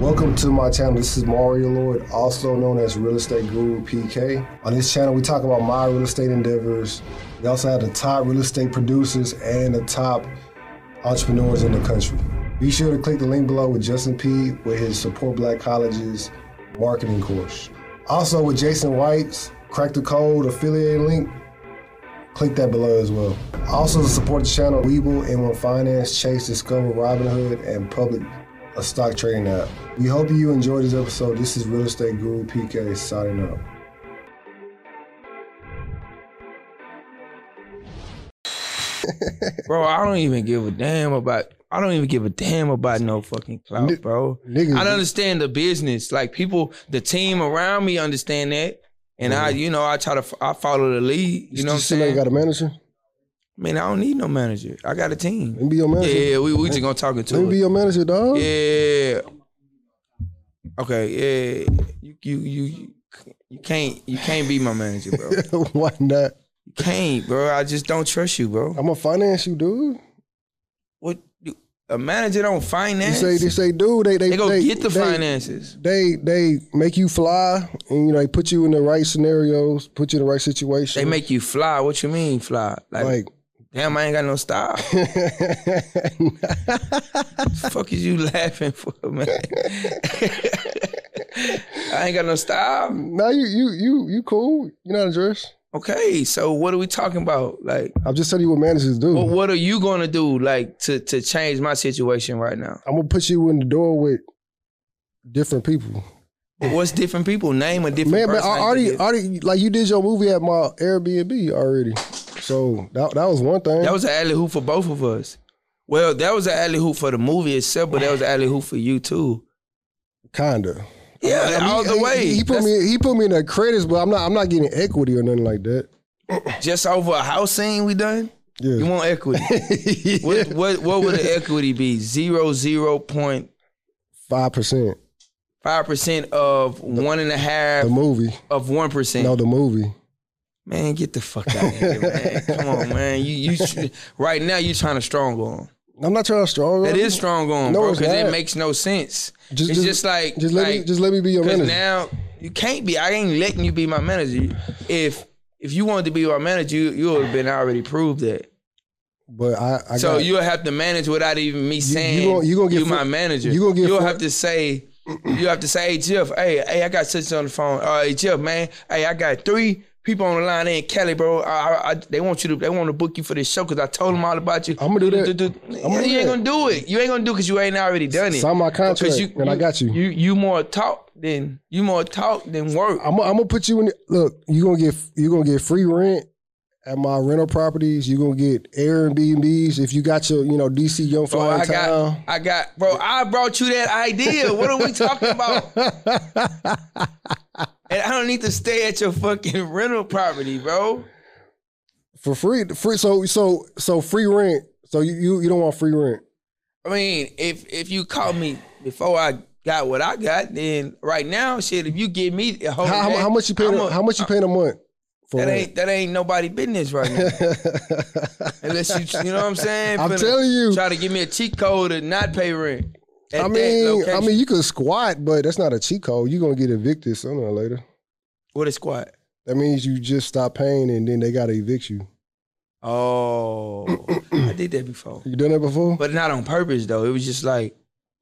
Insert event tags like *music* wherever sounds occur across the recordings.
Welcome to my channel. This is Mario Lord, also known as Real Estate Guru PK. On this channel, we talk about my real estate endeavors. We also have the top real estate producers and the top entrepreneurs in the country. Be sure to click the link below with Justin P with his Support Black Colleges marketing course. Also with Jason White's Crack the Code affiliate link. Click that below as well. Also to support the channel, Weeble, M1 Finance, Chase, Discover, Robinhood, and Public a stock trading app. We hope you enjoyed this episode. This is Real Estate Guru PK signing up. bro. I don't even give a damn about. I don't even give a damn about no fucking clout, bro. Niggas, I don't understand the business. Like people, the team around me understand that, and I, you know, I try to, f- I follow the lead. You know what I'm still ain't saying? got a manager? Man, I don't need no manager. I got a team. Let me be your Yeah, manager. yeah, we we just gonna talk it Let me to be it. your manager, dog. Yeah. Okay. Yeah. You you you you can't you can't be my manager, *laughs* bro. *laughs* Why not? You can't, bro. I just don't trust you, bro. I'm gonna finance you, dude. What you- a manager don't You finance. say they say, dude, they they They go they, get the they, finances. They they make you fly, and you know they put you in the right scenarios, put you in the right situation. They make you fly. What you mean fly? Like, like damn, I ain't got no *laughs* style. the fuck is you laughing for, man? *laughs* I ain't got no style. now you you you you cool. You're not a dress. Okay, so what are we talking about? Like, I'm just telling you what managers do. what, what are you gonna do, like, to to change my situation right now? I'm gonna put you in the door with different people. What's different people? Name a different Man, man, person. I that already, did- already, like you did your movie at my Airbnb already, so that that was one thing. That was an alley hoop for both of us. Well, that was an alley hoop for the movie itself, but that was an alley hoop for you too. kinda. Yeah, I mean, all the he- way. He, he put That's me, he put me in the credits, but I'm not, I'm not getting equity or nothing like *laughs* that. just over a house scene we done. You Yeah, *laughs* want equity? What what what would the equity be? Zero zero point five percent. five percent of one and a half The movie, of one percent. no, the movie. Man, get the fuck out of here, man! Come on, man. You you tr- right now you trying to strong on. I'm not trying to strong. That is strong on, No, bro, it's because it not. makes no sense. Just- it's just- just, like Just let me, like- just let me be your Because manager. now you can't be. I ain't letting you be my manager. If if you wanted to be my manager, you, you would have been already proved that. but I, I so got, you'll have to manage without even me saying gon- you gon' get my fr- manager. you gon' get will fr- have to say you have to say, hey Jeff, hey, hey, I got such on the phone. Uh, hey Jeff, man, hey, I got three people on the line They in Cali, bro. I, I, I- they want you to they want to book you for this show because I told them all about you. I'ma do that. I'ma you do ain't that. gonna do it. You ain't gonna do because you ain't already done it. sign my contract, Because and I got you. You you more talk than you more talk than work. I'm, I'm gonna put you in. The, look, you gonna get you gonna get free rent at my rental properties. You gonna get Airbnbs if you got your you know DC Young Bro, Fly Oh, I in got town. I got bro, I brought you that idea. What are we talking about? and I don't need to stay at your fucking *laughs* rental property, bro. *laughs* for free. Free. So so so free rent. So you you, you don't want free rent. I mean, if if you caught me before I got what I got, then right now, shit, if you give me a whole How, how, day, how much you paying? I'm a- how much you paying a month for that rent? ain't that ain't nobody business *laughs* right now. Unless you you know what I'm saying? I'm Finna telling you. Try to give me a cheat code to not pay rent. at I that mean, I location. mean, you could squat, but that's not a cheat code. You're gonna get evicted sooner or later. what a squad. That means you just stop paying, and then they gotta evict you. *clears throat* Oh, I did that before, You done that before? but not on purpose though. It was just like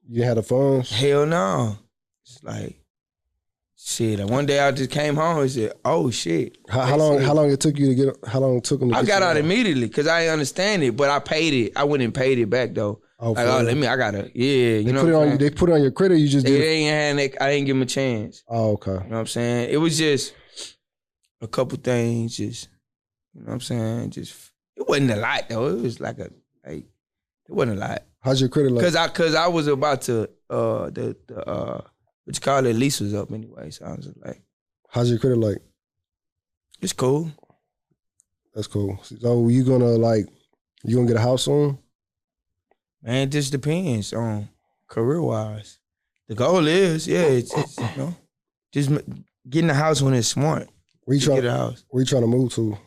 you had the funds. hell no. It's like shit. and One day I just came home and said, "Oh shit." How, how long? How long it took you to get? How long it took them? To I get got you out immediately because I didn't understand it, but I paid it. I went and paid it back though. Oh, like, for oh, real? let me. I gotta. Yeah, you They know. put it what on. I'm you- saying? They put it on your credit. You just They, did. they ain't had. That, I didn't give him a chance. Oh, okay. You know what I'm saying? It was just a couple things. Just you know what I'm saying. Just it wasn't a lot though. It was like a like it wasn't a lot. How's your credit like? Cause I cause I was about to uh the the uh what you call it lease was up anyway. So I was like, How's your credit like? it's cool. That's cool. So you gonna like? You gonna get a house soon? Man, it just depends on career wise. The goal is, yeah, it's, it's you know, just m- getting a house when it's smart. Where you Just trying? get a house. Where you trying to move to?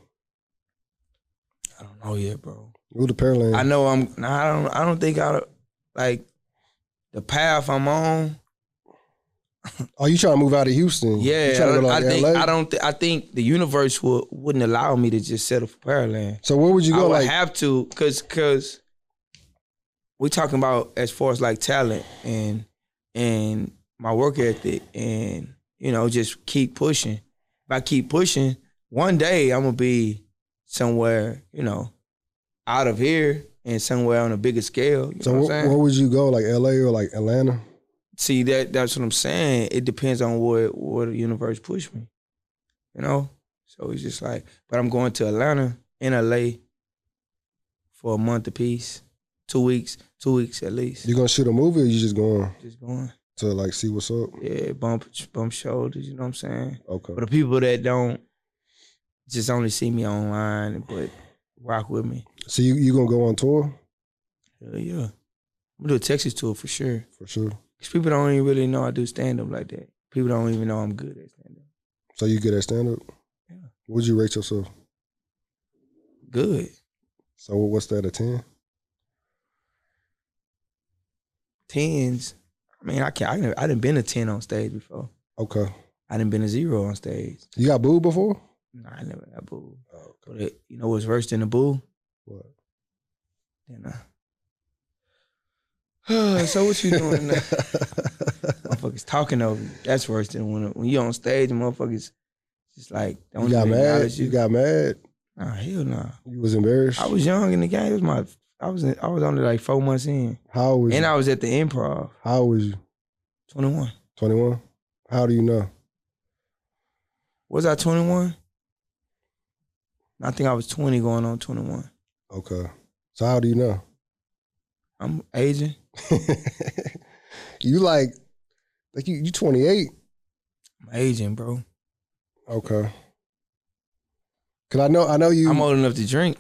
I don't know yet, bro. Move to Pearland. I know I'm. nah, I don't. I don't think I like the path I'm on. Oh, you trying to move out of Houston? Yeah, You trying to go I, to I LA? think I don't. Th- I think the universe would wouldn't allow me to just settle for Paraland. So where would you I go? would Like, have to, cause, cause we talking about as far as like talent and and my work ethic and you know just keep pushing. If I keep pushing, one day I'm gonna be somewhere you know out of here and somewhere on a bigger scale. You so know what I'm wh- saying? where would you go? Like LA or like Atlanta? See that that's what I'm saying. It depends on what what the universe pushed me. You know? So it's just like, but I'm going to Atlanta and LA for a month apiece. Two weeks, two weeks at least. You gonna shoot a movie or you just going Just going. to like see what's up? Yeah, bump bump shoulders, you know what I'm saying? Okay. For the people that don't just only see me online but rock with me. So you you gonna go on tour Hell yeah. I'm gonna do a Texas tour for sure. for sure. Cause people don't even really know I do stand up like that. People don't even know I'm good at stand up. So you good at stand up? Yeah. Would you rate yourself? Good. So what's that a ten? tens. I mean, I can't. I, done- I didn't been a ten on stage before. Okay. I didn't been a zero on stage. You got booed before? Nah, I never got boo. Oh, But it, you know what's worse than a boo? *laughs* What? Then uh, so what you doing? Now? *laughs* motherfuckers talking over you. That's worse than when when you on stage and motherfuckers just like don't you got even mad? acknowledge You. got mad? nah, hell nah. You was embarrassed? I was young in the game. It was my. I was in, I was only like four months in, How old was and you? I was at the improv. How old was you? Twenty one. Twenty one. How do you know? Was I twenty one? I think I was twenty going on twenty one. Okay. So how do you know? *laughs* I'm aging. you like like you you twenty eight. I'm aging, bro. Okay. Cause I know I know you I'm old enough to drink.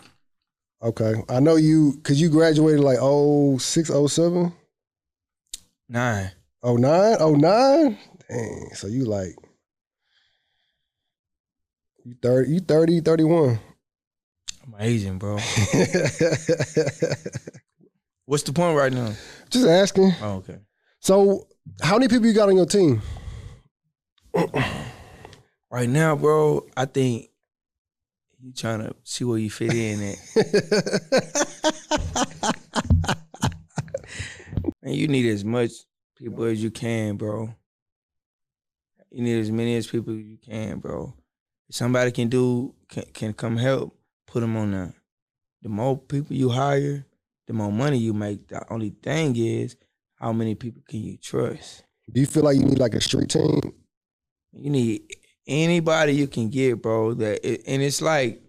Okay. I know you cause you graduated like oh six, oh seven, Nine. oh nine, oh nine? Dang. So you like you 30, you 30, 31. I'm aging, *laughs* bro. What's the point right now? *laughs* Just asking. Oh, okay. So how many people you got on your team? *laughs* Right now, bro, I think you trying to see where you fit in at. And you need as much people as you can, bro. You need as many as people as you can, bro. If somebody can do can, can come help, put them on there. The more people you hire, the more money you make. The only thing is how many people can you trust? do you feel like you need like a street team? You need anybody you can get, bro. That it, and it's like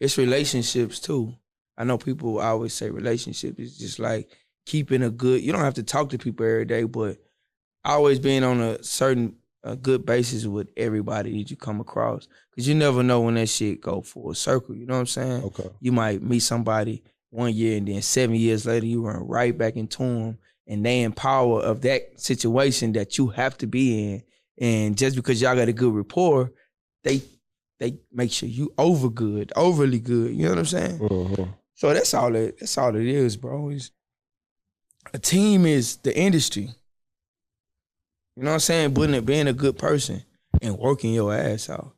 it's relationships too. I know people always say relationships. It's just like keeping a good. You don't have to talk to people every day, but always being on a certain a good basis with everybody that you come across, because you never know when that shit go full circle. You know what I'm saying? Okay. You might meet somebody one year and then seven years later you run right back into them and they in power of that situation that you have to be in. And just because y'all got a good rapport, they they make sure you over good, overly good. You know what I'm saying? Mhm. So that's all it that's all it is, bro. Is a team is the industry. You know what I'm saying? Putting it being a good person and working your ass out.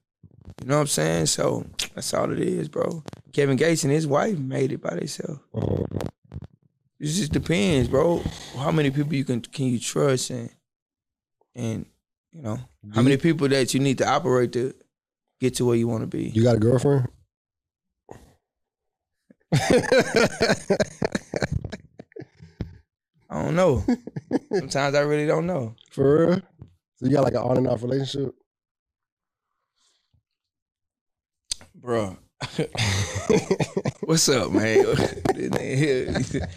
You know what I'm saying? So that's all it is, bro. Kevin Gates and his wife made it by themselves. Mhm. It just depends, bro. How many people you can can you trust and and you know how many people that you need to operate to get to where you want to be. You got a girlfriend? *laughs* I don't know. *laughs* Sometimes I really don't know. For real? So you got like an on and off relationship? *laughs* Bruh. What's up, man? *laughs* This nigga here.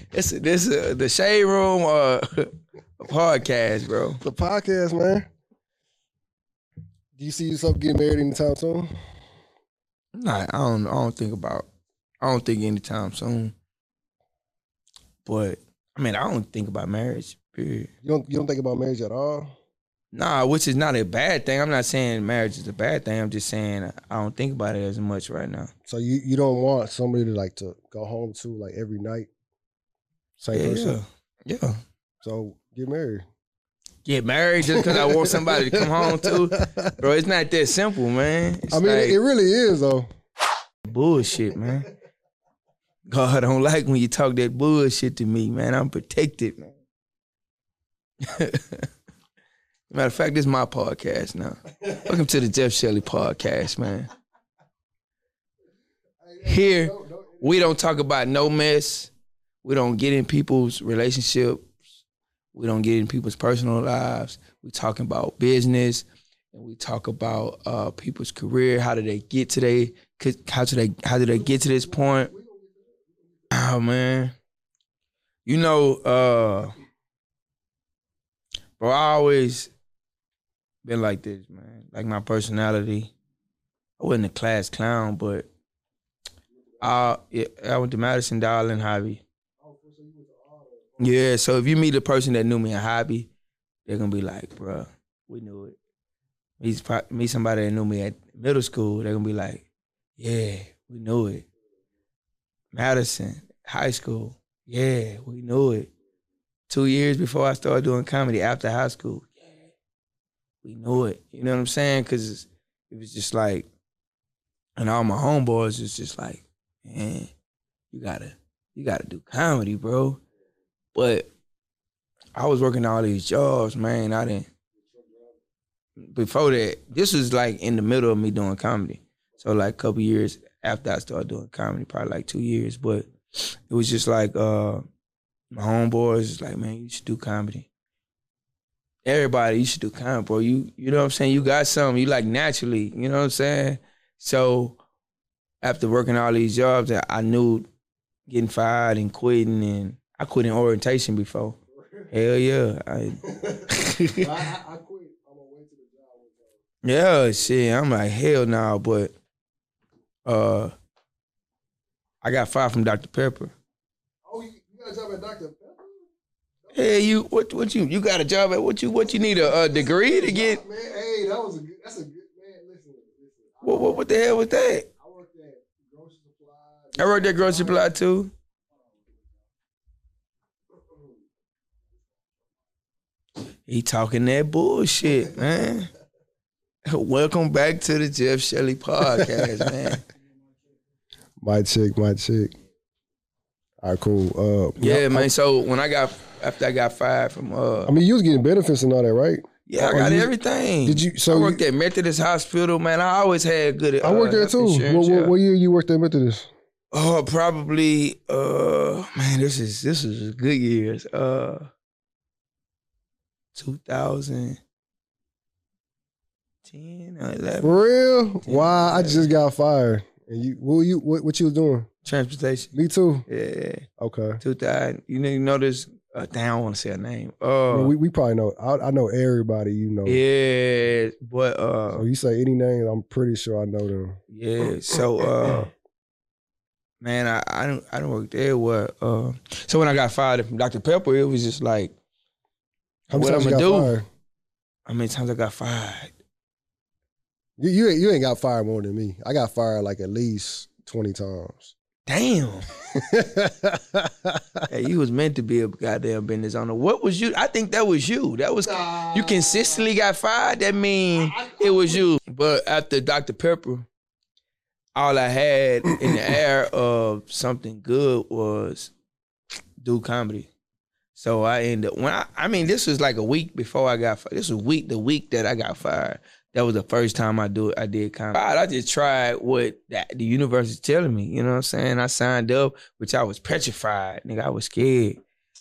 this this uh, the shade room uh, *laughs* podcast, bro. the podcast, man. Do you see yourself getting married anytime soon? Nah, I don't I don't think about I don't think anytime soon. But I mean, I don't think about marriage. Period. You don't you don't think about marriage at all? Nah, which is not a bad thing. I'm not saying marriage is a bad thing. I'm just saying I don't think about it as much right now. So you, you don't want somebody to like to go home to like every night? Same Yeah, person. yeah, yeah. So get married. get married just because I want somebody to come *laughs* home *laughs* to. Bro, it's not that simple, man. It's I mean, like it really is *laughs* though. bullshit, man. God, I don't like when you talk that bullshit to me, man. I'm protected, man. *laughs* Matter of fact, this is my podcast now. Welcome to the Jeff Shelley podcast, man. Here, we don't talk about no mess. We don't get in people's relationships. We don't get in people's personal lives. We talking about business, and we talk about uh, people's career. How did they get to they? How did they? How did they get to this point? Oh man, you know, uh, bro. I always been like this, man. Like my personality. I wasn't a class clown, but I I went to Madison Darling Hobby. Yeah, so if you meet a person that knew me in hobby, they're gonna be like, "Bruh, we knew it." Meet, pro- meet somebody that knew me at middle school, they're gonna be like, "Yeah, we knew it." Madison high school, yeah, we knew it. Two years before I started doing comedy after high school, yeah, we knew it. You know what I'm saying? Because it was just like, and all my homeboys was just like, "Man, you gotta, you gotta do comedy, bro." But I was working all these jobs, man. I didn't. Before that, this was like in the middle of me doing comedy. So like a couple years after I started doing comedy, probably like two years. But it was just like uh my homeboys was like, man, you should do comedy. Everybody, you should do comedy, bro. You you know what I'm saying? You got something. You like naturally, you know what I'm saying? So after working all these jobs, I I knew getting fired and quitting and I quit in orientation before. Hell yeah. I, I, I quit on my way to the job. yeah, shit. I'm like, hell no, but uh I got fired from Dr. Pepper. Oh, you, you got a job at Dr. Pepper? Hey, you what what you you got a job at what you what you need a, a degree to get? Man, hey, that was a good, that's a good, man, listen, listen. I What, what what the hell was that? I worked at grocery supply. I worked at grocery supply too. He talking that bullshit, man. Welcome back to the Jeff Shelley *laughs* podcast, man. My chick, my chick. All right, cool. Uh, Yeah, man. So when I got after I got fired from uh I mean, you was getting benefits and all that, right? yeah, I Oh, got you- everything. Did you? Mm. I So worked you, at Methodist Hospital, man. I always had good. I worked uh, there health too. What, insurance, what, yeah. what year you worked at Methodist? Oh, probably uh man, this is this is good years. Uh 2010 or 11. For real? Yeah. Wow, I just got fired. And you, what you, what, what you was doing? Transportation. Me too. Yeah. Okay. 2000. You know, you know this uh, damn, I don't want to say her name. I mean, Uh we, we probably know. I, I know everybody. You know. yeah, but So uh you say any name, I'm pretty sure I know them. yeah, so uh man, I I don't I don't work there what uh so when I got fired from Dr. Pepper, it was just like How many What times you I'ma got do? fired? how many times I got fired? You, you ain't- you ain't got fired more than me. I got fired like at least twenty times. *laughs* Damn. *laughs* Hey, you was meant to be a goddamn business owner. What was you? I think that was you. That was you consistently got fired. That mean it was you. But after Dr. Pepper, all I had in the air of something good was do comedy. So I ended up when I, I mean this was like a week before I got fired. This was week the week that I got fired. That was the first time I do I did comedy. I just tried what the, the universe is telling me. You know what I'm saying? I signed up, which I was petrified, nigga. I was scared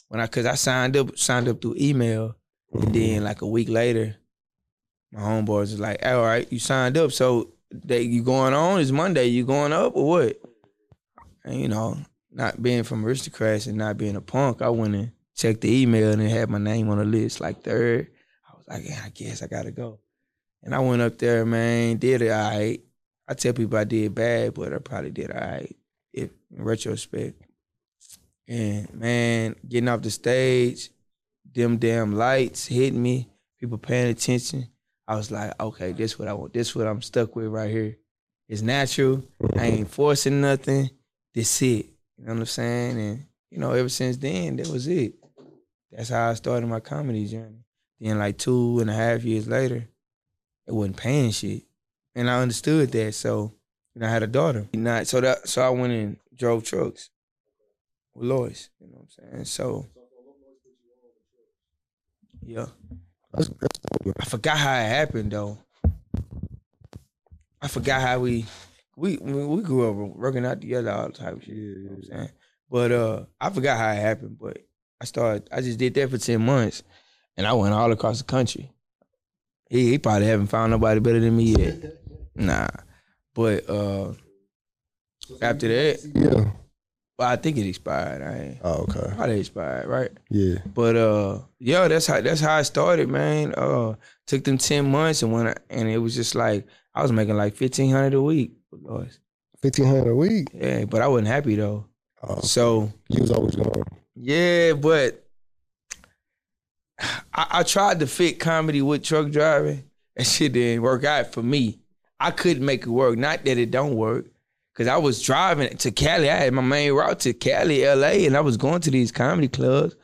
when I cause I signed up signed up through email. And then like a week later, my homeboys was like, "All right, you signed up, so that you going on is Monday. You going up or what?" And you know, not being from aristocrats and not being a punk, I went and checked the email and it had my name on the list, like third. I was like, "Yeah, I guess I gotta go. And I went up there, man, did it all right. I tell people I did bad, but I probably did all right if in retrospect. And man, getting off the stage, them damn lights hitting me, people paying attention. I was like, okay, this what I want. This what I'm stuck with right here. It's natural. I ain't forcing nothing. This it. You know what I'm saying? And you know, ever since then, that was it. That's how I started my comedy journey. Then like two and a half years later, it wasn't paying shit, and I understood that. So and I had a daughter. Not so that so I went and drove trucks with Lois. You know what I'm saying? So yeah, I forgot how it happened though. I forgot how we we we we grew up working out together all the type of shit. You know what I'm saying? But uh, I forgot how it happened. But I started. I just did that for ten months, and I went all across the country. He, he probably haven't found nobody better than me yet. nah, but uh, after that, Yeah. well, I think it expired. I ain't- Oh, okay. probably expired, right? Yeah. But uh, yeah, that's how that's how I started, man. Uh, took them ten months, and when I, and it was just like I was making like fifteen hundred a week. Lord. Fifteen hundred a week. Yeah, but I wasn't happy though. Oh, So you was always going. yeah, but I, I tried to fit comedy with truck driving. That shit didn't work out for me. I couldn't make it work. Not that it don't work, because I was driving to Cali. I had my main route to Cali, LA, and I was going to these comedy clubs,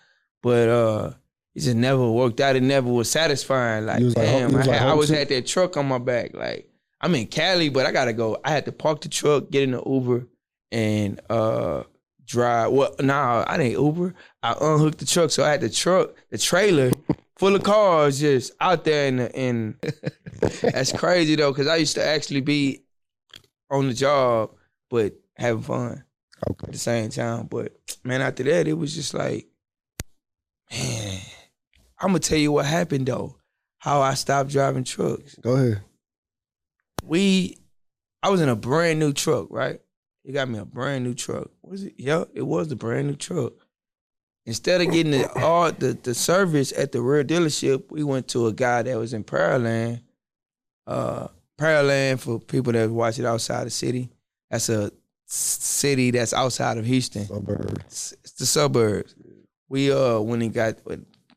but uh, it just never worked out. It never was satisfying. Like You was like, damn, you was I, like had, I always homesick? had that truck on my back. Like I'm in Cali, but I gotta go. I had to park the truck, get in the Uber, and uh drive. Well, nah, I didn't Uber. I unhooked the truck, so I had the truck, the trailer full of cars just out there in the in. That's crazy though, because I used to actually be on the job, but having fun at Okay. the same time. But man, after that, it was just like, man, I'm gonna tell you what happened though, how I stopped driving trucks Go ahead. we I was in a brand new truck, right? You got me a brand new truck. Was it? Yeah, it was the brand new truck. Instead of getting the all the, the service at the real dealership, we went to a guy that was in Pearland. Uh Pearland for people that watch it outside the city. That's a s- city that's outside of Houston Suburb. it's it's the suburbs. We uh when it got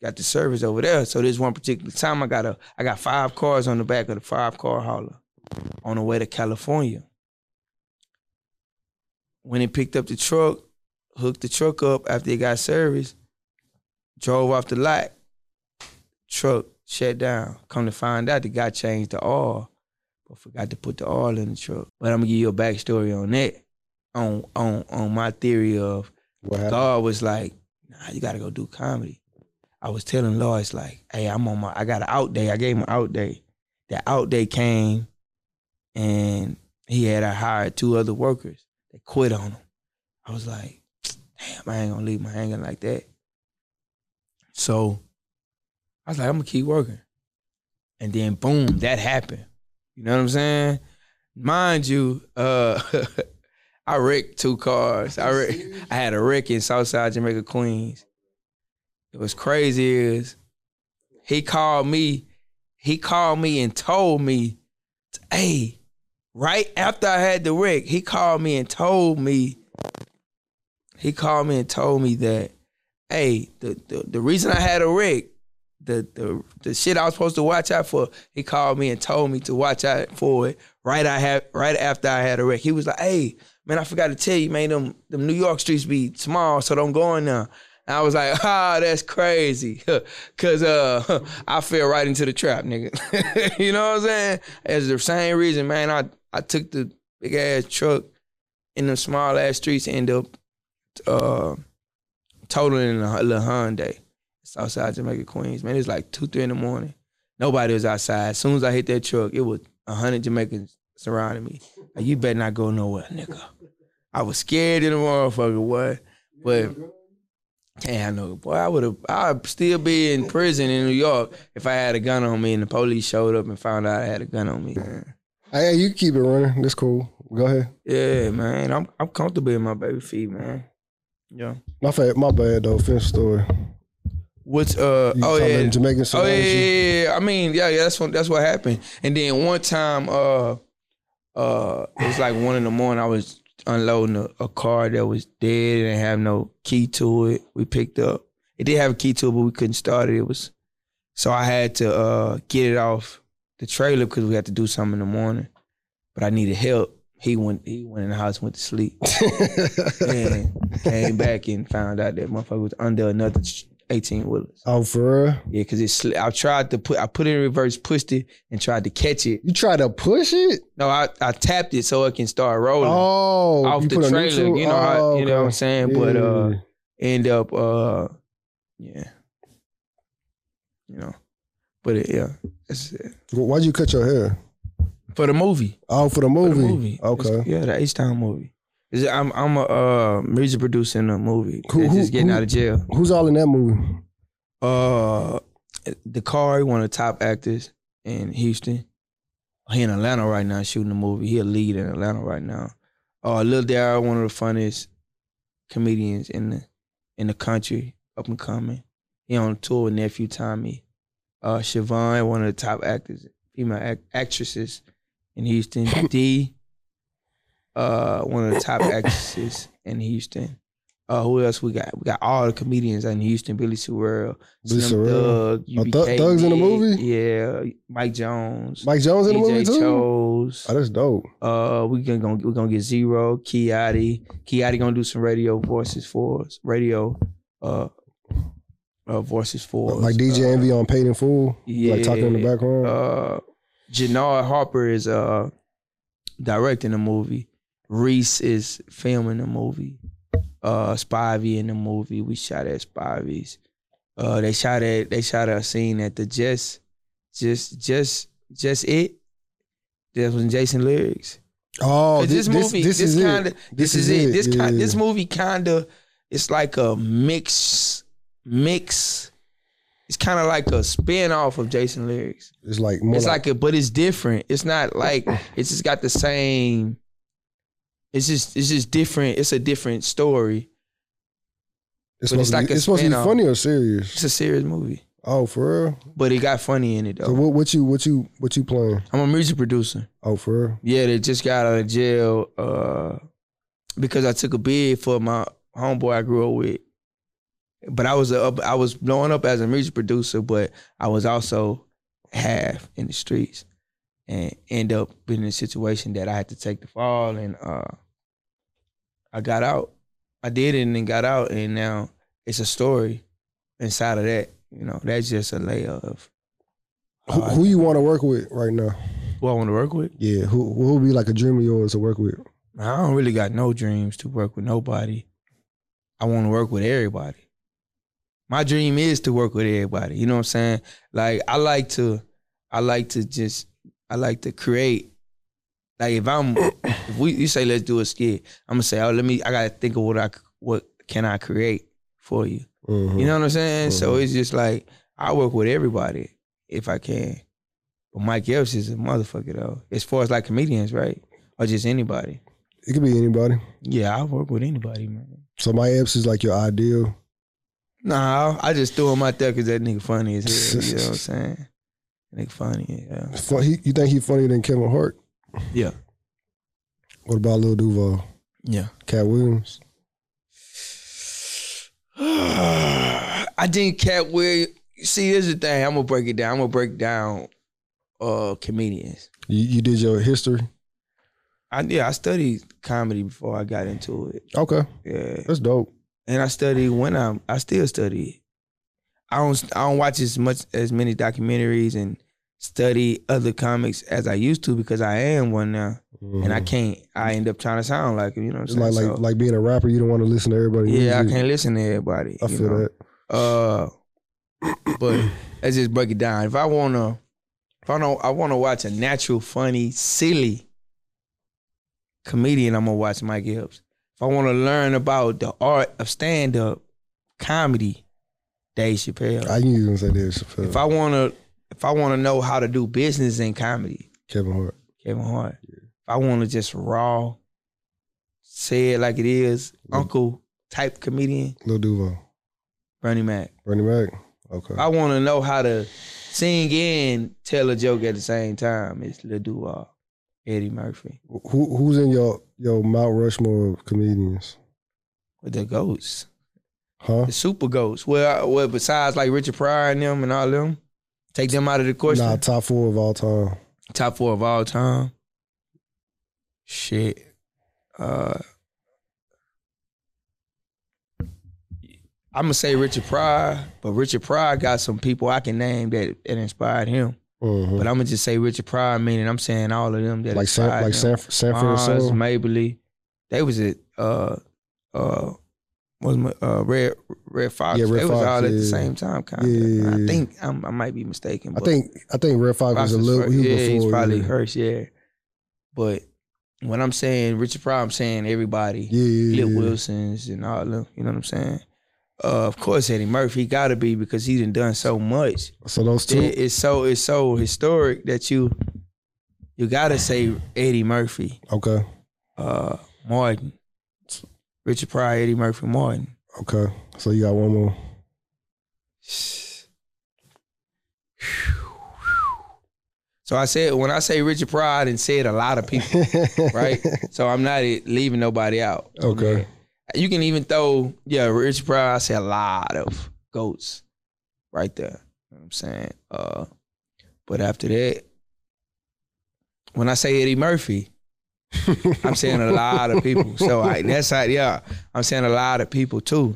got the service over there. So this one particular time I got a I got five cars on the back of the five car hauler on the way to California. When it picked up the truck, hooked the truck up after it got service, drove off the lot, truck shut down. Come to find out the guy changed the oil, but forgot to put the oil in the truck. But I'm gonna give you a backstory on that. On on on my theory of What happened? God was like, nah, you gotta go do comedy. I was telling Lois like, hey, I'm on my I got an out day. I gave him an out day. That out day came and he had I hired two other workers that quit on him. I was like, damn, I ain't gonna leave my hanging like that. So I was like, I'm gonna keep working. And then boom, that happened. You know what I'm saying? Mind you, uh *laughs* I wrecked two cars. I wrecked I had a wreck in Southside Jamaica, Queens. It was crazy is he called me, he called me and told me, hey, right after I had the wreck, he called me and told me, he called me and told me that, hey, the the, the reason I had a wreck, the, the the shit I was supposed to watch out for, he called me and told me to watch out for it right I had right after I had a wreck. He was like, hey, man, I forgot to tell you, man, them, them New York streets be small, so don't go in there. And I was like, *laughs* ah, that's crazy. *laughs* Cause uh *laughs* I fell right into the trap, nigga. *laughs* you know what I'm saying? It's the same reason, man. I, I took the big ass truck in them small ass streets and end up uh totaling a little Hyundai. It's outside Jamaica, Queens. Man, it's like two, three in the morning. Nobody was outside. As soon as I hit that truck, it was a hundred Jamaicans surrounding me. Like, you better not go nowhere, nigga. I was scared in the motherfucker, what? But damn, no, boy, I would have, I'd still be in prison in New York if I had a gun on me and the police showed up and found out I had a gun on me. Hey, you keep it running. That's cool. Go ahead. Yeah, man, I'm I'm comfortable in my baby feet, man. Yeah. My fa- my bad though. Finish the story. What's uh? You oh talking yeah, Jamaican Oh yeah, surroundings you? yeah, yeah, yeah. I mean, yeah, yeah. That's what that's what happened. And then one time, uh, uh, it was like one in the morning. I was unloading a, a car that was dead. It didn't have no key to it. We picked up. It did have a key to it, but we couldn't start it. It was so I had to uh get it off the trailer because we had to do something in the morning. But I needed help. He went. He went in the house, went to *laughs* sleep, and came back and found out that motherfucker was under another tr- 18 wheelers. *laughs* Oh, for real? Yeah, because it's. Sli- I tried to put. I put it in reverse, pushed it, and tried to catch it. You try to push it? No, I, I tapped it so it can start rolling Oh, off you the put a trailer. neutral? You know, how, Oh, you know what I'm okay. saying. But uh, Yeah. end up uh, yeah, you know. But it, yeah, that's it. Wh- why'd you cut your hair? for the movie. Oh, for the For movie. the movie. Okay. It's- yeah, the H Town movie. Is it- I'm I'm a uh, music producer in a movie. Who- that's who- just getting who- out of jail. Who's all in that movie? Uh, Dakari, one of the top actors in Houston. He in Atlanta right now shooting a movie. He a lead in Atlanta right now. Uh, Lil Darryl, one of the funniest comedians in the in the country, up and coming. He on tour with nephew Tommy. Uh, Siobhan, one of the top actors, female act- actresses in Houston. D, uh, one of the top actresses in Houston. Uh, who else we got? We got all the comedians in Houston: Billy Sewell, Billy Slim Sewell. Thug, Oh, Thug- UBK, Thug's in the movie? Yeah, Mike Jones, Mike Jones in the movie DJ too. Chose. Oh, that's dope. Uh, we gonna, gonna we gonna get Zero, Kiati. Kiati gonna do some radio voices for us. Radio, uh, uh voices for us. Like DJ uh, Envy on Paid in Full. Like talking in the yeah. background. Uh, Janard Harper is uh directing the movie. Reese is filming the movie. Uh, Spivey in the movie. We shot at Spivey's. Uh, they shot at they shot a scene at the just, just, just, just it. That was Jason lyrics. oh, 'Cause thi- this, movie, this, is kind it. of, this, is, it. This yeah. kind, this movie kind of, it's like a mix, mix. It's kind of like a spin off of Jason lyrics. It's like more it's like, a, but it's different. It's not like it's just got the same. It's just, it's just different. It's a different story. it's but supposed it's to be, like a it's supposed to be spin-off. funny or serious. It's a serious movie, Oh, for real. but it got funny in it though. So what, what you what you what you playing? I'm a music producer. Oh, for real. Yeah, they just got out of jail uh, because I took a bid for my homeboy I grew up with. But I was up, I was blowing up as a music producer, but I was also half in the streets, and end up being in a situation that I had to take the fall, and uh, I got out. I did it and then got out, and now it's a story inside of that. You know, that's just a layer of uh, Who, who you want to work with right now? who I want to work with. Yeah, who who would be like a dream of yours to work with? I don't really got no dreams to work with nobody. I want to work with everybody. My dream is to work with everybody. You know what I'm saying? Like I like to, I like to just, I like to create. Like if I'm, if we you say let's do a skit, I'm gonna say oh let me I gotta think of what I c- what can I create for you. Mhm. You know what I'm saying? So Mhm. it's just like I work with everybody if I can. But Mike Epps is a motherfucker though. As far as like comedians, right, or just anybody. It could be anybody. Yeah, I work with anybody, man. So my Epps is like your ideal. Nah, I just threw him out there because that nigga funny as hell. you *laughs* know what I'm saying? Nigga funny, yeah. Fun, he, you think he funnier than Kevin Hart? Yeah. What about Lil Duval? Yeah. Cat Williams? *sighs* I think Cat Williams. See, here's the thing. I'm gonna break it down. I'm gonna break down uh comedians. You, you did your history. I yeah, I studied comedy before I got into it. Okay, Yeah. that's dope. and I study when I'm I still study. I don't I don't watch as much as many documentaries and study other comics as I used to because I am one now and I Mhm. can't I end up trying to sound like him, you know what I'm It's saying? like like, So, like being a rapper. You don't want to listen to everybody. yeah, I music. can't listen to everybody. I you feel know? that. Uh, *coughs* but let's just break it down. If I wanna, if I don't, I wanna watch a natural, funny, silly comedian. I'm gonna watch Mike Epps. If I wanna learn about the art of stand up comedy, Dave Chappelle. I knew you were gonna say this. if I wanna, if I wanna know how to do business in comedy, Kevin Hart. Kevin Hart. If I wanna just raw, say it like it is, Uncle type comedian, Lil Duval. Bernie Mac. Bernie Mac. Okay. I want to know how to sing and tell a joke at the same time. It's Lil Duval, Eddie Murphy, Who who's in your your Mount Rushmore of comedians? with the goats, Huh? the super goats. Well, I- well, besides like Richard Pryor and them and all them, take them out of the question. Nah, top four of all time. Top four of all time. Shit. Uh, I'm gonna say Richard Pryor, but Richard Pryor got some people I can name that, that inspired him. Mhm. But I'm gonna just say Richard Pryor, meaning I'm saying all of them that Like San, inspired like him. San, San Fonz, Francisco. Mabley, they was at uh uh was my uh Red Red Fox. Yeah, Red they was Fox, all at the yeah. same time, kind of. Yeah, yeah, I yeah. think I'm, I might be mistaken. I But think I think Red Fox, was a little. first. He was yeah, before, he's probably yeah. Hirsch, yeah. But when I'm saying Richard Pryor, I'm saying everybody. Yeah, yeah, Lil yeah. Wilson's and all them. You know what I'm saying? Uh, of course, Eddie Murphy got to be because he done done so much. So those two. It- it's so it's so historic that you you gotta say Eddie Murphy, Okay. uh, Martin, Richard Pryor, Eddie Murphy, Martin. Okay. So you got one more. So I said when I say Richard Pryor, I didn't say it a lot of people, *laughs* right? so I'm not leaving nobody out. Okay. You can even throw, yeah, Richard Pryor, I say a lot of goats right there. You know what I'm saying? Uh, but after that, when I say Eddie Murphy, I'm saying a lot of people. So I, that's how, yeah, I'm saying a lot of people too.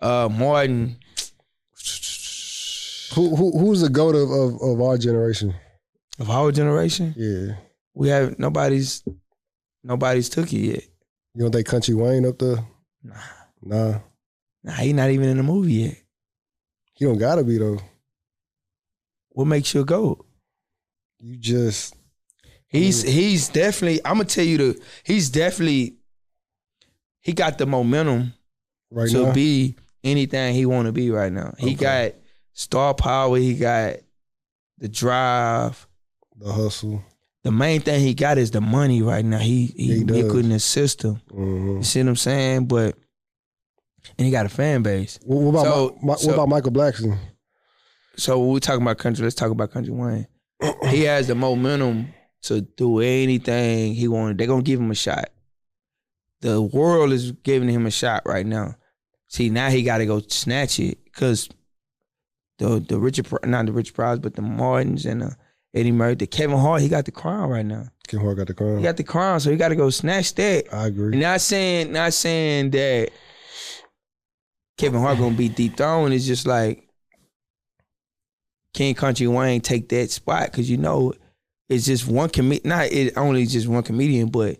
Uh, Martin, Who who who's the goat of, of of our generation? of our generation, Yeah. we have nobody's, nobody's took it yet. You don't think Country Wayne up there? Nah. Nah. Nah, he not even in the movie yet. He don't gotta be though. What makes you a goat? You just He's he's definitely. I'm gonna tell you the. He's definitely. He got the momentum right to now. be anything he want to be right now. He Okay. got star power. He got the drive. the hustle. The main thing he got is the money right now. He Yeah, he, he he, does. couldn't assist him. hmm You see what I'm saying? But and he got a fan base. What, what about So- Mi- Mi- so- what about Michael Blackson? So when we're talking about country. Let's talk about country Wayne. he has the momentum to do anything he wanted. They're gonna give him a shot. The world is giving him a shot right now. See, now he got to go snatch it because the the Richard, Pry- not the Richard Pryor, but the Martins and the Eddie Murphy, the Kevin Hart, he got the crown right now. Kim Hart got the crown. He got the crown, so he got to go snatch that. I agree. Not saying, not saying that Kevin Hart gonna be deep thrown. It's just like King Country Wayne take that spot because you know it's just one comed Not it only just one comedian, but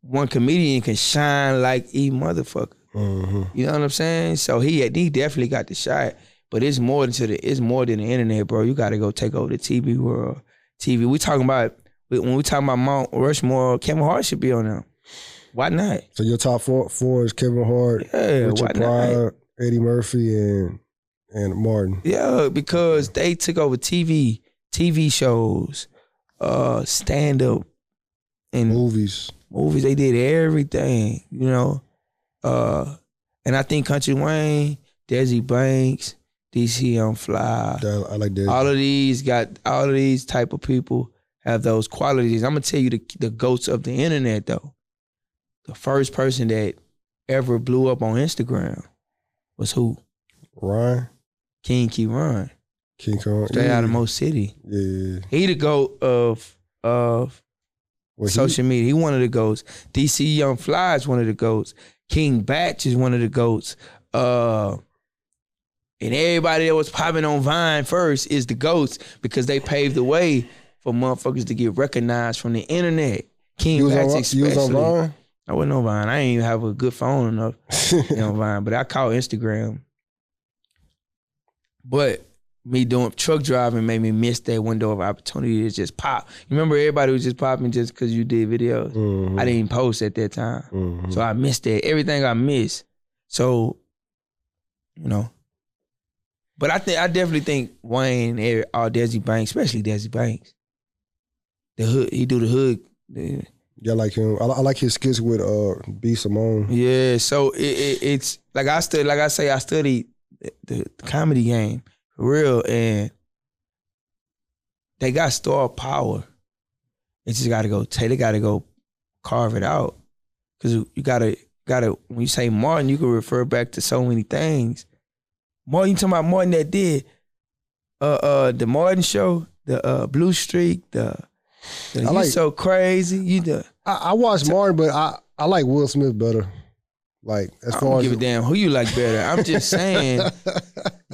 one comedian can shine like e motherfucker. hmm You know what I'm saying? So he he definitely got the shot, but it's more than to the it's more than the internet, bro. You got to go take over the TV world. TV. We talking about when we talking about Mount Rushmore. Kevin Hart should be on there. Why not? So your top four four is Kevin Hart, Yeah, why Richard not? Pryor, Eddie Murphy, and and Martin. Yeah, because they took over TV, TV shows, uh, stand up, and Movies. movies. They did everything, you know. Uh, and I think Country Wayne, Desi Banks, DC on Fly, That, I like that. all of these got all of these type of people have those qualities. I'm gonna tell you the the goats of the internet though. The first person that ever blew up on Instagram was who Ryan, King Key Run. King Kong. Straight yeah. out of Mo City. Yeah. He the goat of of Well, he- social media. He one of the goats. DC Young Fly is one of the goats. King Batch is one of the goats. Uh and everybody that was popping on Vine first is the goats because they paved the way for motherfuckers to get recognized from the internet. King you was, Batch on, you especially. was on Vine? I wasn't on Vine. I didn't even have a good phone enough *laughs* you know, Vine, but I call Instagram. But me doing truck driving made me miss that window of opportunity to just pop. You remember everybody was just popping just because you did videos. Mhm. I didn't post at that time, Mhm. so I missed that. Everything I missed. So, you know. But I think I definitely think Wayne, Eric, all Desi Banks, especially Desi Banks, the hood he do the hood. Yeah. Yeah, I like him. I, li- I like his skits with uh B Simone. Yeah, so it, it it's like I study, like I say, I studied the, the comedy game for real, and they got star power. It just got to go. Take, they got to go carve it out because you gotta gotta. When you say Martin, you can refer back to so many things. Martin, you talking about Martin that did uh uh the Martin show, the uh Blue Streak, the, the I you like- so crazy, you the I, I watched Martin, but I, I like Will Smith better. Like as I far don't as give a damn who you like better. I'm *laughs* just saying,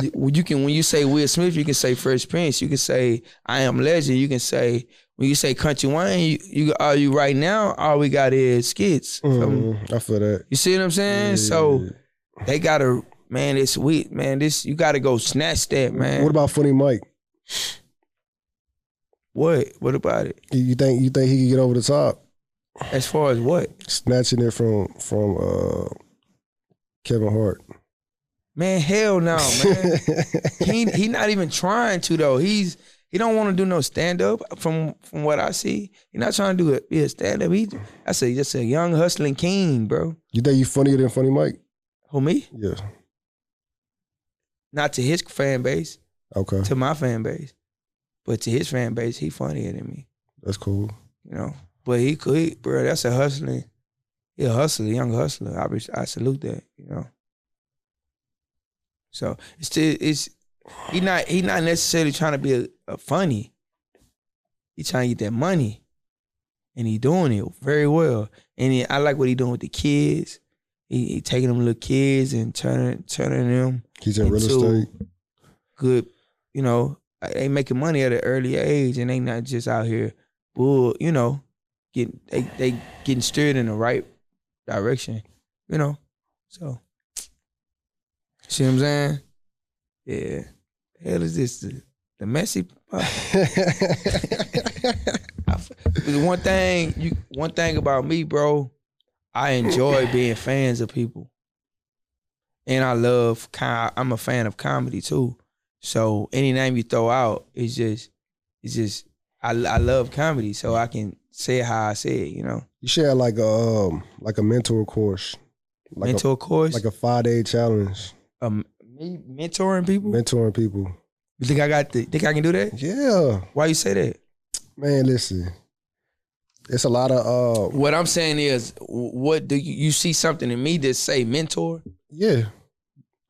you you can when you say Will Smith, you can say Fresh Prince. You can say I Am Legend. You can say when you say Country Wayne, you, you are you right now. All we got is skits. So, Mhm, I feel that. you see what I'm saying? So Yeah. they gotta man, it's weak, man. This you gotta go snatch that, man. what about Funny Mike? What? What about it? You- You think you think he could get over the top? As far as what? Snatching it from from uh, Kevin Hart. Man, hell no, Oh, *laughs* man. he he not even trying to though. He's he don't want to do no stand up from from what I see. He not trying to do it. Be a stand up. He I say just a young hustling king, bro. you think you funnier than Funny Mike? Who me? Yeah. Not to his fan base, Okay. to my fan base, but to his fan base, he funnier than me. That's cool. You know, but he could, he- bro. That's a hustling. He a hustler, young hustler. I res- I salute that. You know. So it's still it's he not he not necessarily trying to be a, a funny. He trying to get that money, and he doing it very well. And he, I like what he doing with the kids. He, he taking them little kids and turning turning them He's in Me real too. estate. good, you know, they making money at an early age and they not just out here bull, you know, getting they, they getting steered in the right direction, you know. So see what I'm saying? Yeah. Hell is this the, the messy part? I f- the one thing you one thing about me, bro, *laughs* I enjoy being fans of people. And I love com- I'm a fan of comedy too. So any name you throw out, it's just it's just I, I love comedy, so I can say it how I say it, you know. *laughs* you should have like a um, like a mentor course, like Mentor a course, like a five day challenge, um, me mentoring people. mentoring people. you think I got the, think I can do that? Yeah, Why you say that? man. Listen, it's a lot of uh, What I'm saying is, wh- what do you, you see something in me that say mentor? yeah.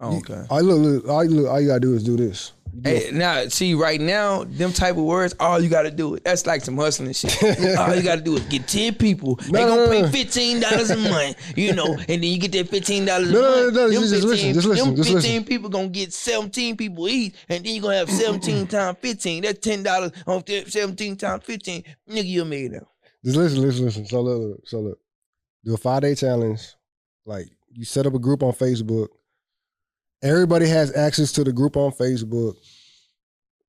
Oh, okay. I look, look, I look. All you gotta do is do this. Hey, now, see, right now, them type of words, all you gotta do it. That's like some hustling shit. *laughs* all you gotta do is get ten people. they No, gonna no, no. pay fifteen dollars a month, you know, and then you get that fifteen dollars. No, a no, no, month. no, Them just- just listen, just listen, them just listen. fifteen people gonna get seventeen people each, and then you gonna *clears throat* have seventeen times fifteen. That's ten dollars on th- seventeen times fifteen. Nigga, you a millionaire. Just listen, listen, listen. So look, look, so look. Do a five day challenge. Like you set up a group on Facebook. Everybody has access to the group on Facebook.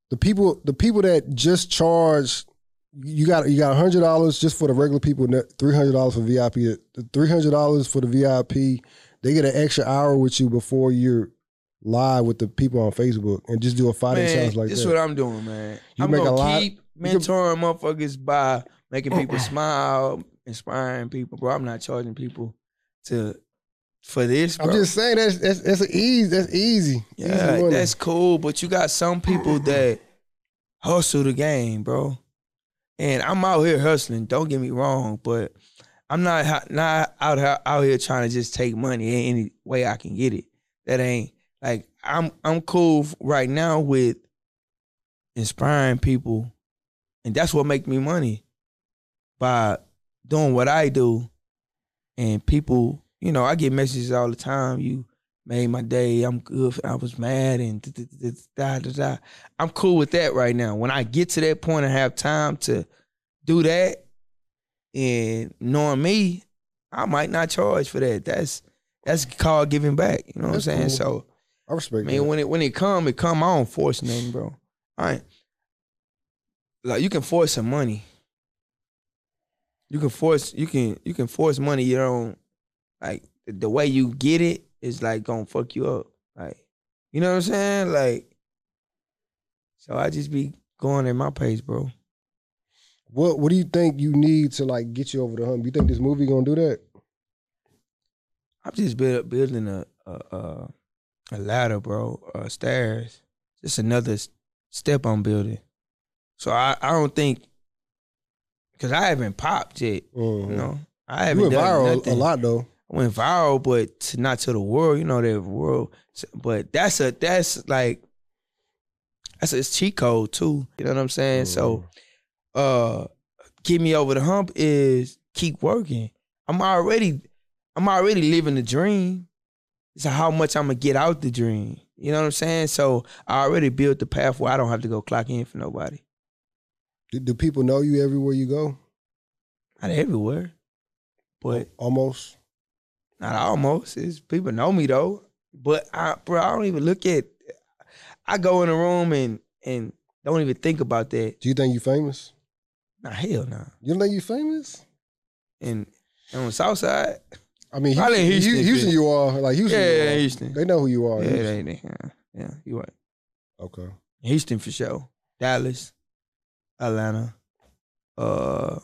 The people, the people that just charge, you got you got hundred dollars just for the regular people, three hundred dollars for VIP, three hundred dollars for the VIP. They get an extra hour with you before you're live with the people on Facebook, and just do a five day Man, challenge like this that. what I'm doing, man. You I'm make a gonna lot- keep you can- Oh. mentoring motherfuckers by making people smile, inspiring people, bro. I'm not charging people to for this, bro. I'm just saying that's that's, that's an easy. That's easy. yeah, easy money. that's cool, but you got some people that hustle the game, bro. And I'm out here hustling. Don't get me wrong, but I'm not ho- not out here, out here trying to just take money in any way I can get it. That ain't like I'm I'm cool f- right now with inspiring people, and that's what make me money by doing what I do. And people, you know, I get messages all the time. You made my day. I'm good. I was mad and da da da da. da. I'm cool with that right now. When I get to that point and have time to do that, and knowing me, I might not charge for that. That's that's called giving back. You know what That's I'm saying? cool. So. I respect. Man, that. when it when it come, it come. I don't force nothing, bro. I ain't like you can force some money. You can force you can you can force money. You don't like the way you get it is like gonna fuck you up. Like you know what I'm saying? Like so, I just be going at my pace, bro. What What do you think you need to like get you over the hump? You think this movie gonna do that? I'm just build, building a, a a a ladder, bro, uh, stairs. Just another s- step I'm building. So I, I don't think, cause I haven't popped yet. Mm. You know, I you haven't went done viral nothing. a lot though. I went viral, but to, not to the world. You know the world, So- but that's a that's like that's a cheat code too. You know what I'm saying? Mm. So uh get me over the hump is keep working. I'm already I'm already living the dream. It's how much I'm gonna get out the dream. You know what I'm saying? So I already built the path where I don't have to go clock in for nobody. Do, do people know you everywhere you go? Not everywhere, but Almost. not almost. It's people know me though. But I, bro, I don't even look at. I go in a room and and don't even think about that. Do you think you famous? Nah, hell nah. You don't think you famous? And and on the south side, I mean, Probably Houston, in Houston, Houston, Houston yeah. you are like Houston. yeah, you yeah, are. Houston. They know who you are. yeah, Houston. they, they, yeah, yeah, you right. Okay. Houston for sure. Dallas, Atlanta. Uh,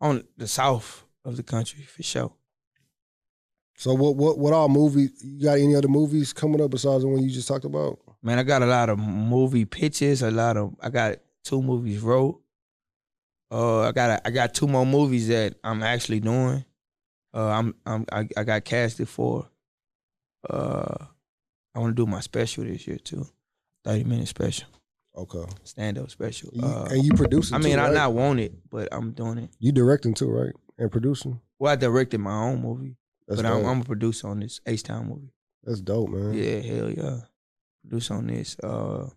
on the south of the country for sure. So what what what all movies you got any other movies coming up besides the one you just talked about? Man, I got a lot of movie pitches. A lot of I got two movies wrote. Uh, I got I got two more movies that I'm actually doing. Uh, I'm I'm I, I got casted for. Uh, I want to do my special this year too, thirty minute special, Okay. stand up special. You- Uh, and you producing. I mean, too, I right? not want it, but I'm doing it. you directing too, right? And producing. Well, I directed my own movie, That's but I'm, dope. Mm-hmm. I'm a producer on this H Town movie. That's dope, man. Yeah, hell yeah, produce on this. Uh,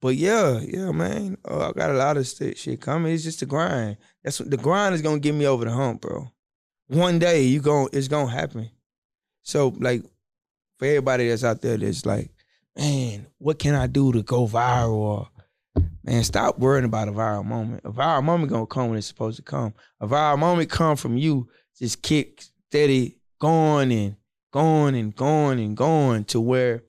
but yeah, yeah, man, uh, I got a lot of st- shit coming. It's just the grind. That's what, the grind is gonna get me over the hump, bro. One day you gon' it's gonna happen. So like, for everybody that's out there that's like, man, what can I do to go viral? Or, man, stop worrying about a viral moment. A viral moment gonna come when it's supposed to come. A viral moment come from you just kick steady going and going and going and going to where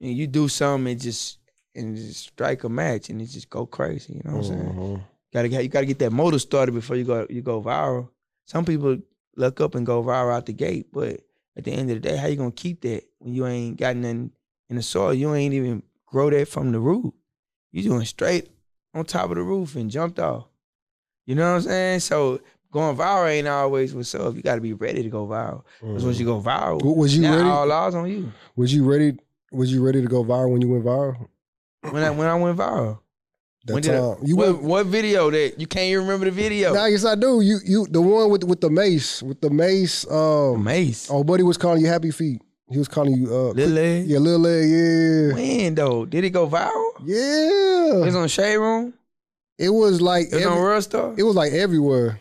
and you do something and just and just strike a match and it just go crazy. You know what I'm saying? Mhm. Gotta get you gotta get that motor started before you go you go viral. Some people look up and go viral out the gate, but at the end of the day, how you gonna keep that when you ain't got nothing in the soil? You ain't even grow that from the root. You doing straight on top of the roof and jumped off. You know what I'm saying? So going viral ain't always what's up. You gotta be ready to go viral. Because once you go viral, W- was you now ready? all eyes on you. was you ready? Was you ready to go viral when you went viral? When I when I went viral. That When did I- time you what, went. what video that you can't even remember the video? Nah, yes, I do. You you the one with with the mace with the mace. Um, Mace. oh, buddy was calling you happy feet. He was calling you. Uh, Lil Ed. yeah, little leg. Yeah, When though? Did it go viral? It was yeah. on Shade Room. It was like It was every- on Real Star. it was like everywhere.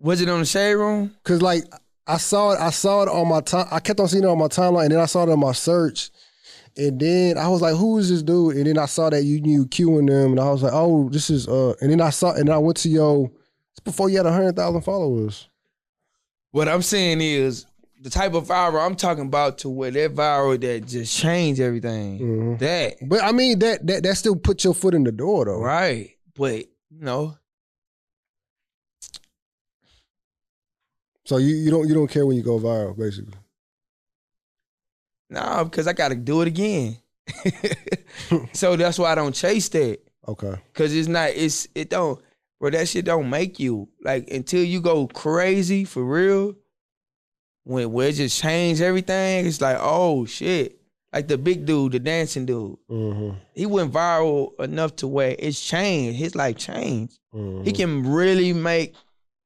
Was it on the Shade Room? Cause like I saw it, I saw it on my time. I kept on seeing it on my timeline, and then I saw it on my search. And then I was like, "Who is this dude?" And then I saw that you knew queuing them, and I was like, "Oh, this is." uh And then I saw, and I went to your. It's before you had hundred thousand followers. What I'm saying is the type of viral I'm talking about to where that viral that just changed everything. Mhm. That But I mean that that that still put your foot in the door though. right, but you know So you, you don't you don't care when you go viral, basically. no, because I got to do it again. *laughs* so that's why I don't chase that. Okay. Cause it's not, it's it don't, bro. That shit don't make you like until you go crazy for real. When where it just change everything, it's like oh shit. Like the big dude, the dancing dude, hmm he went viral enough to where it's changed. His life changed. Mm-hmm. He can really make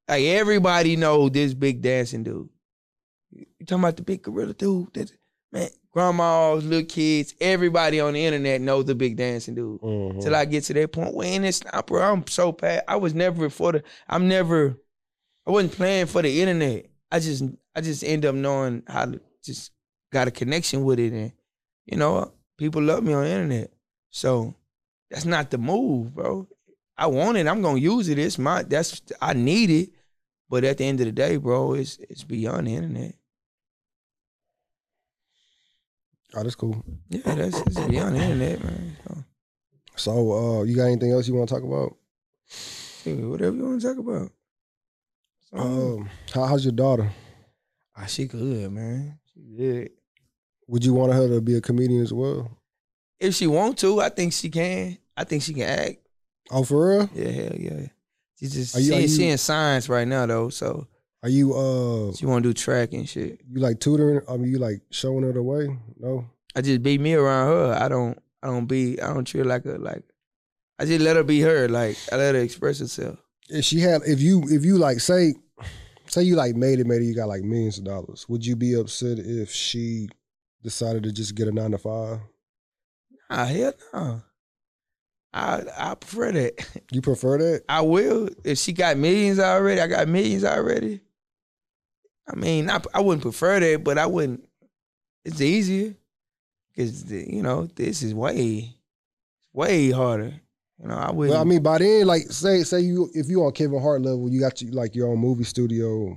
like everybody know this big dancing dude. You talking about the big gorilla dude? That man, grandmas, little kids, everybody on the internet knows the big dancing dude Mm-hmm. till I get to that point where in this not, bro, I'm so bad. I was never for the I'm never I wasn't playing for the internet. I just I just end up knowing how to just got a connection with it and you know, people love me on the internet. So that's not the move, bro. I want it, I'm gonna use it. It's my that's I need it. But at the end of the day, bro, it's it's beyond the internet. oh, that's cool. Yeah, that's it's beyond the internet, man. So, So uh, you got anything else you want to talk about? yeah, whatever you wanna talk about. So, Um, how, how's your daughter? Ah, she good, man. She good. Would you want her to be a comedian as well? If she want to, I think she can. I think she can act. Oh, for real? Yeah, hell yeah. She just Are you- are seeing, you- seeing signs right now though, so Are you uh she want to do track and shit. you like tutoring? I mean, you like showing her the way? No. I just be me around her. I don't. I don't be. I don't treat her like a like. I just let her be her. Like I let her express herself. if she had if you if you like say say you like made it made it you got like millions of dollars would you be upset if she decided to just get a nine to five Nah, Ah, hell no. I I prefer that. *laughs* you prefer that I will. If she got millions already, I got millions already. I mean, I, I wouldn't prefer that, but I wouldn't. It's easier because you know this is way, way harder. You know, I wouldn't. well i mean by then like say say you if you on kevin hart level you got you, like your own movie studio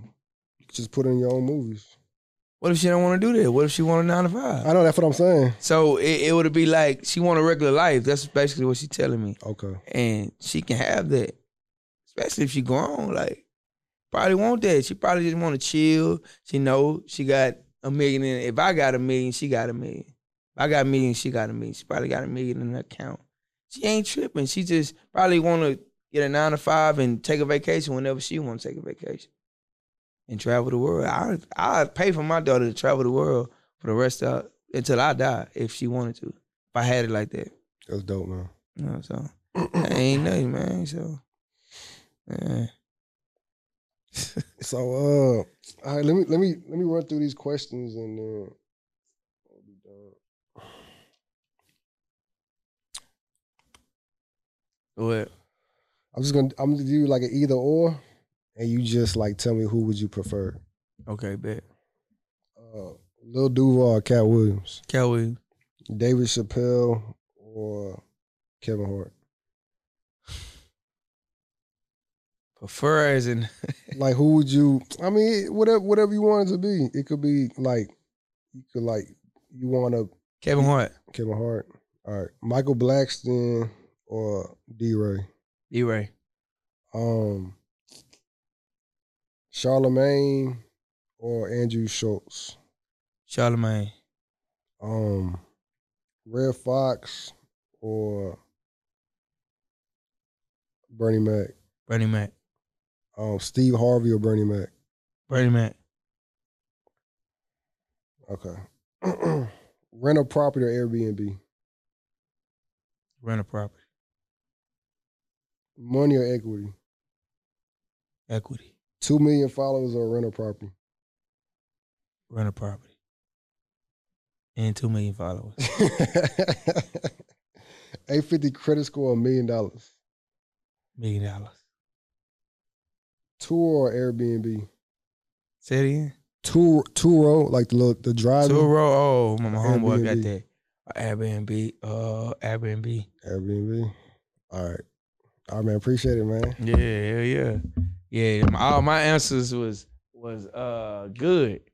just put in your own movies what if she don't want to do that? What if she want a nine to five? i know that's what i'm saying so it, it would be like she want a regular life. That's basically what she's telling me, okay and she can have that, especially if she grown. Like probably want that. She probably just want to chill. She know she got a million. In, if I got a million, she got a million. If I got a million, she got a million. She probably got a million in her account. She ain't tripping. She just probably want to get a nine to five and take a vacation whenever she want to take a vacation and travel the world. I I pay for my daughter to travel the world for the rest of until I die if she wanted to. If I had it like that, that's dope man you know. So that ain't nothing, man. So. Yeah. So, uh, all right, let me let me let me run through these questions and uh, then I'll be done. What? I'm just gonna I'm gonna do like an either or, and you just like tell me who would you prefer, Okay, bet. uh, Lil Duval, or Cat Williams, Cat Williams. David Chappelle, or Kevin Hart. Prefer as in Like, who would you? I mean, whatever whatever you want it to be, it could be like you could like you want to Kevin Hart. Kevin Hart. All right, Michael Blackston or D. Ray. D Ray. um Charlemagne or Andrew Schultz. Charlemagne. Um Red Fox or Bernie Mac. Bernie Mac. Um Steve Harvey or Bernie Mac. Bernie Mac. Okay. *clears throat* Rental property or Airbnb? Rent a property. Money or equity? Equity. Two million followers or rental property? *laughs* Rent a property. And two million followers. 850 credit score, a million dollars. Million dollars. Tour or Airbnb? Say it again. Tour, Turo, like the little, the drive. Two row. Oh, my, my homeboy got Airbnb. that. Airbnb. Uh, Airbnb. Airbnb. All right. All right, man. Appreciate it, man. Yeah, hell yeah. Yeah, my, all my answers was was uh good.